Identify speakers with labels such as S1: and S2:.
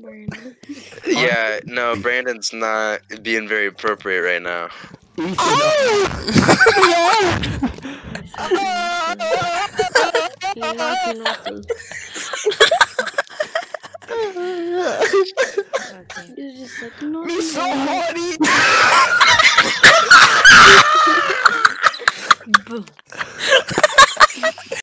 S1: Brandon.
S2: Yeah, no, Brandon's not being very appropriate right now.
S1: You're knocking off the-
S3: It's
S1: You're just like, no.
S3: so horny.